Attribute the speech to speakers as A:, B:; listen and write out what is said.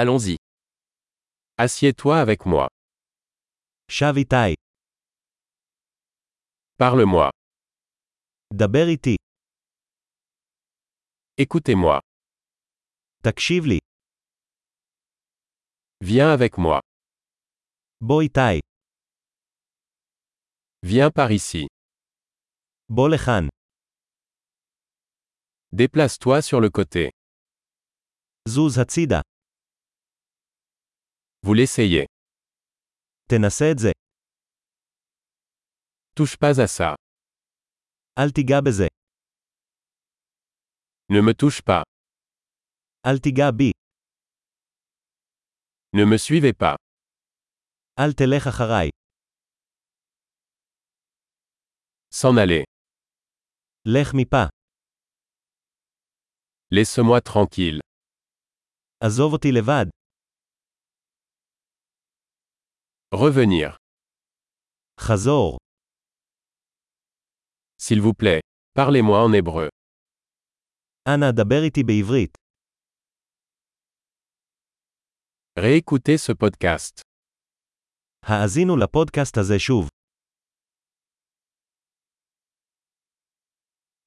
A: Allons-y. Assieds-toi avec moi.
B: שב איתי,
A: Parle-moi.
B: דבר איתי,
A: Écoutez-moi.
B: תקשיב לי,
A: Viens avec moi.
B: בוא איתי,
A: Viens par ici.
B: בוא לכאן,
A: Déplace-toi sur le côté.
B: זוז הצידה,
A: Vous l'essayez.
B: תנסה את זה,
A: Touche pas à ça.
B: אל תיגע בזה,
A: Ne me touche pas.
B: אל תיגע בי,
A: Ne me suivez pas.
B: אל תלך אחריי,
A: S'en aller.
B: לך מפה,
A: Laisse-moi tranquille.
B: עזוב אותי לבד,
A: Revenir.
B: חזור,
A: S'il vous plaît. Parlez-moi en hébreu.
B: אנא דבר איתי בעברית,
A: Réécoutez ce podcast.
B: האזינו לפודקאסט הזה שוב.